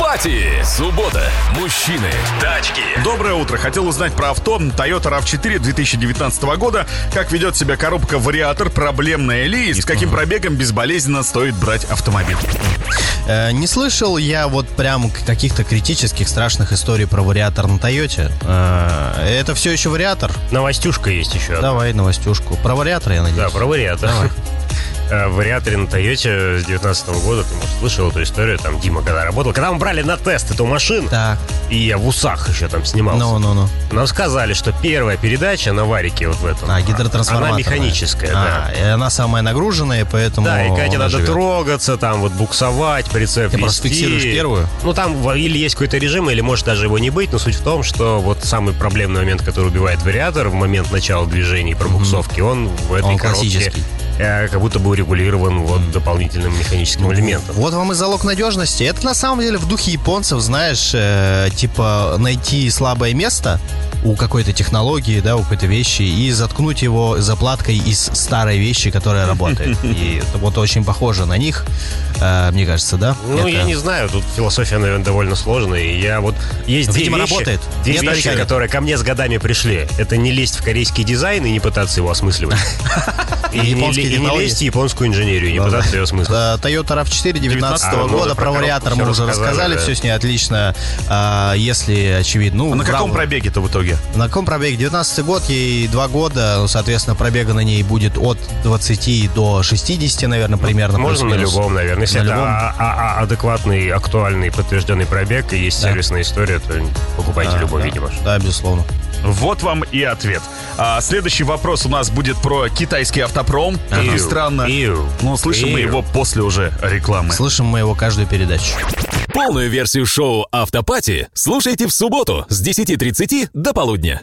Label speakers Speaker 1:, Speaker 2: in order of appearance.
Speaker 1: Пати! Суббота. Мужчины. Тачки.
Speaker 2: Доброе утро. Хотел узнать про авто Toyota RAV4 2019 года. Как ведет себя коробка вариатор, проблемная ли и с каким пробегом безболезненно стоит брать автомобиль.
Speaker 3: Э, Не слышал я вот прям к- каких-то критических страшных историй про вариатор на Тойоте. Э, Это все еще вариатор?
Speaker 4: Новостюшка есть еще.
Speaker 3: Давай новостюшку. Про вариатор, я
Speaker 4: Да,
Speaker 3: надеюсь.
Speaker 4: про вариатор. Э, В вариаторе на Тойоте с 19 года, ты, может, слышал эту историю, там Дима когда работал, когда мы брали на тест эту машину,
Speaker 3: Так,
Speaker 4: и я в усах еще там снимался,
Speaker 3: ну-ну-ну.
Speaker 4: нам сказали, что первая передача на варике вот в этом,
Speaker 3: А, гидротрансформатор.
Speaker 4: она механическая, да.
Speaker 3: и она самая нагруженная, поэтому
Speaker 4: Да, и
Speaker 3: она
Speaker 4: Катя надо
Speaker 3: живет.
Speaker 4: трогаться, там вот буксовать, прицеп
Speaker 3: Ты просто
Speaker 4: вести.
Speaker 3: фиксируешь первую?
Speaker 4: Ну, там во- или есть какой-то режим, или может даже его не быть, но суть в том, что вот самый проблемный момент, который убивает вариатор в момент начала движений, пробуксовки, он в этой
Speaker 3: Он
Speaker 4: коробке
Speaker 3: классический.
Speaker 4: э, как будто бы урегулирован вот дополнительным
Speaker 3: Ну,
Speaker 4: механическим элементом.
Speaker 3: Вот вам и залог надежности. Это на самом деле в духе японцев, знаешь, э, типа найти слабое место у какой-то технологии, да, у какой-то вещи, и заткнуть его заплаткой из старой вещи, которая работает. И это вот очень похоже на них, э, мне кажется, да?
Speaker 4: Ну,
Speaker 3: Это-
Speaker 4: я не знаю, тут философия, наверное, довольно сложная. И я вот... Есть две
Speaker 3: Ну, Видимо,
Speaker 4: вещи,
Speaker 3: работает.
Speaker 4: Две
Speaker 3: Нет
Speaker 4: вещи,
Speaker 3: оригами.
Speaker 4: которые ко мне с годами пришли. Это не лезть в корейский дизайн и не пытаться его осмысливать. И не
Speaker 3: японские
Speaker 4: ле- и не
Speaker 3: технологии.
Speaker 4: лезть в японскую инженерию, и не
Speaker 3: Да.
Speaker 4: пытаться ее осмыслить.
Speaker 3: Э, Toyota RAV4 19
Speaker 4: А, ну, да,
Speaker 3: года.
Speaker 4: про
Speaker 3: Про вариатор
Speaker 4: коробку
Speaker 3: мы
Speaker 4: всё
Speaker 3: уже
Speaker 4: рассказали,
Speaker 3: рассказали,
Speaker 4: да.
Speaker 3: все с ней отлично. А, Если, очевидно, ну...
Speaker 2: А на каком
Speaker 3: браво.
Speaker 2: пробеге-то в итоге?
Speaker 3: На каком пробеге? 19 год, ей 2 года, ну, соответственно, пробега на ней будет от 20 до 60, наверное, примерно.
Speaker 4: Можно на
Speaker 3: плюс-минус.
Speaker 4: любом, наверное. Если
Speaker 3: На
Speaker 4: это
Speaker 3: любом?
Speaker 4: а- а- а- адекватный, актуальный, подтвержденный пробег и есть
Speaker 3: Да.
Speaker 4: сервисная история, то покупайте
Speaker 3: Да,
Speaker 4: любой,
Speaker 3: да.
Speaker 4: видимо. что.
Speaker 3: Да, безусловно.
Speaker 2: Вот вам и ответ. А, следующий вопрос у нас будет про китайский автопром. Как ни
Speaker 4: Ию,
Speaker 2: странно.
Speaker 4: ию,
Speaker 2: Но услышим мы
Speaker 4: ию.
Speaker 2: его после уже рекламы.
Speaker 3: Слышим мы его каждую передачу.
Speaker 1: Полную версию шоу «Автопати» слушайте в субботу с 10.30 до полудня.